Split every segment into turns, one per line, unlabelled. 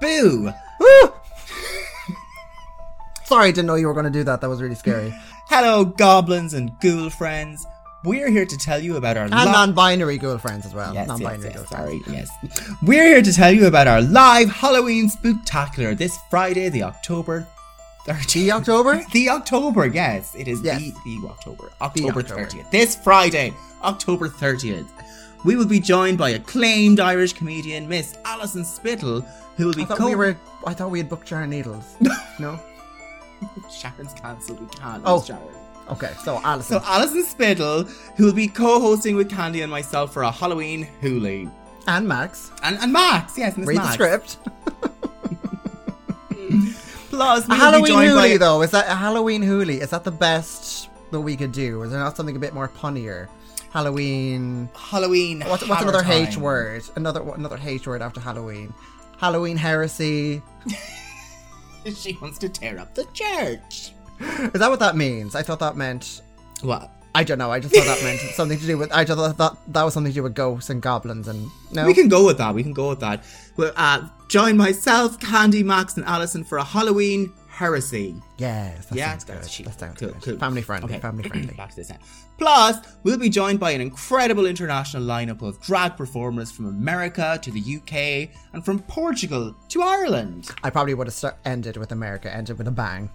Boo!
Woo! Sorry, didn't know you were going to do that. That was really scary.
Hello, goblins and ghoul friends. We're here to tell you about our
And
li-
non-binary girl friends as well.
Yes,
non-binary
yes,
girl
yes,
friends.
sorry, yes. We're here to tell you about our live Halloween spooktacular this Friday, the October 13th.
The October?
The October, yes. It is
Yes.
The, the October. October
October.
30th. This Friday, October 30th. We will be joined by acclaimed Irish comedian, Miss Alison Spittle, who will be
I thought
co-
we were. I thought we had booked Sharon Needles. no.
Sharon's cancelled. We can't.
Oh.
Oh. Sharon.
Okay. So Alison.
So Alison Spittle, who will be co-hosting with Candy and myself for a Halloween hoolie.
and Max.
And, and Max, yes, Miss
Read
Max.
the script.
Plus, we will
A
be
Halloween
joined by
hoolie though. Is that a Halloween hoolie? Is that the best that we could do? Is there not something a bit more punnier? Halloween.
Halloween.
What's, what's another
horror
H
time.
word? Another another H word after Halloween. Halloween heresy.
She wants to tear up the church.
Is that what that means? I thought that meant.
What?
I don't know. I just thought that meant something to do with. I just thought that, that was something to do with ghosts and goblins and no.
We can go with that. We can go with that. Well, uh, join myself, Candy, Max, and Allison for a Halloween heresy.
yes. That
Yeah,
sounds
that's
good.
cheap.
That sounds
Cool,
good.
cool.
Family friendly.
Okay.
Family friendly.
Back to this now. Plus, we'll be joined by an incredible international lineup of drag performers from America to the UK and from Portugal to Ireland.
I probably would have st- ended with America. Ended with a bang.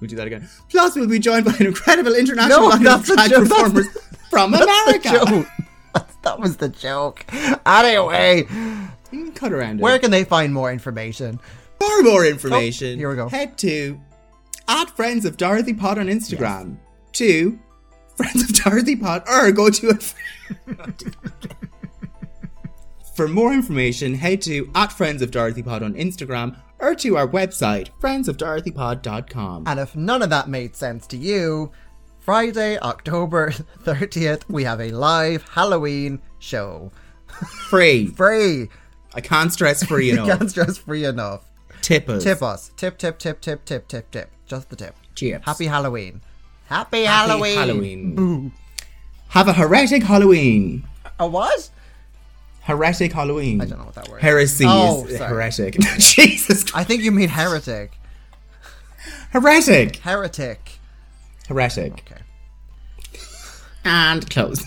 We'll do that again. Plus, we'll be joined by an incredible international
No,
lineup of
that's a
drag
joke. That's
performers from America.
Joe, that was the joke. Anyway,
You can Cut around it.
where can they find more information?
For more information,
Oh, here we go.
Head to at Friends of Dorothy Pod on Instagram. To Friends of Dorothy Pod, or go to For more information, head to at Friends of Dorothy Pod on Instagram or to our website, friendsofdorothypod.com.
And if none of that made sense to you, Friday, October 30th, we have a live Halloween show.
Free.
Free.
I can't stress free enough.
Can't stress free enough.
Tip us.
Tip us. Tip, tip, tip, tip, tip, tip, tip. Just the tip.
Cheers.
Happy Halloween. Happy,
Happy
Halloween.
Halloween. Have a heretic Halloween.
A what?
Heretic Halloween.
I don't know what that word is.
Heresy
Oh,
is
sorry.
heretic. Jesus Christ.
I think you mean heretic.
Heretic.
Heretic.
Heretic.
Okay.
And close.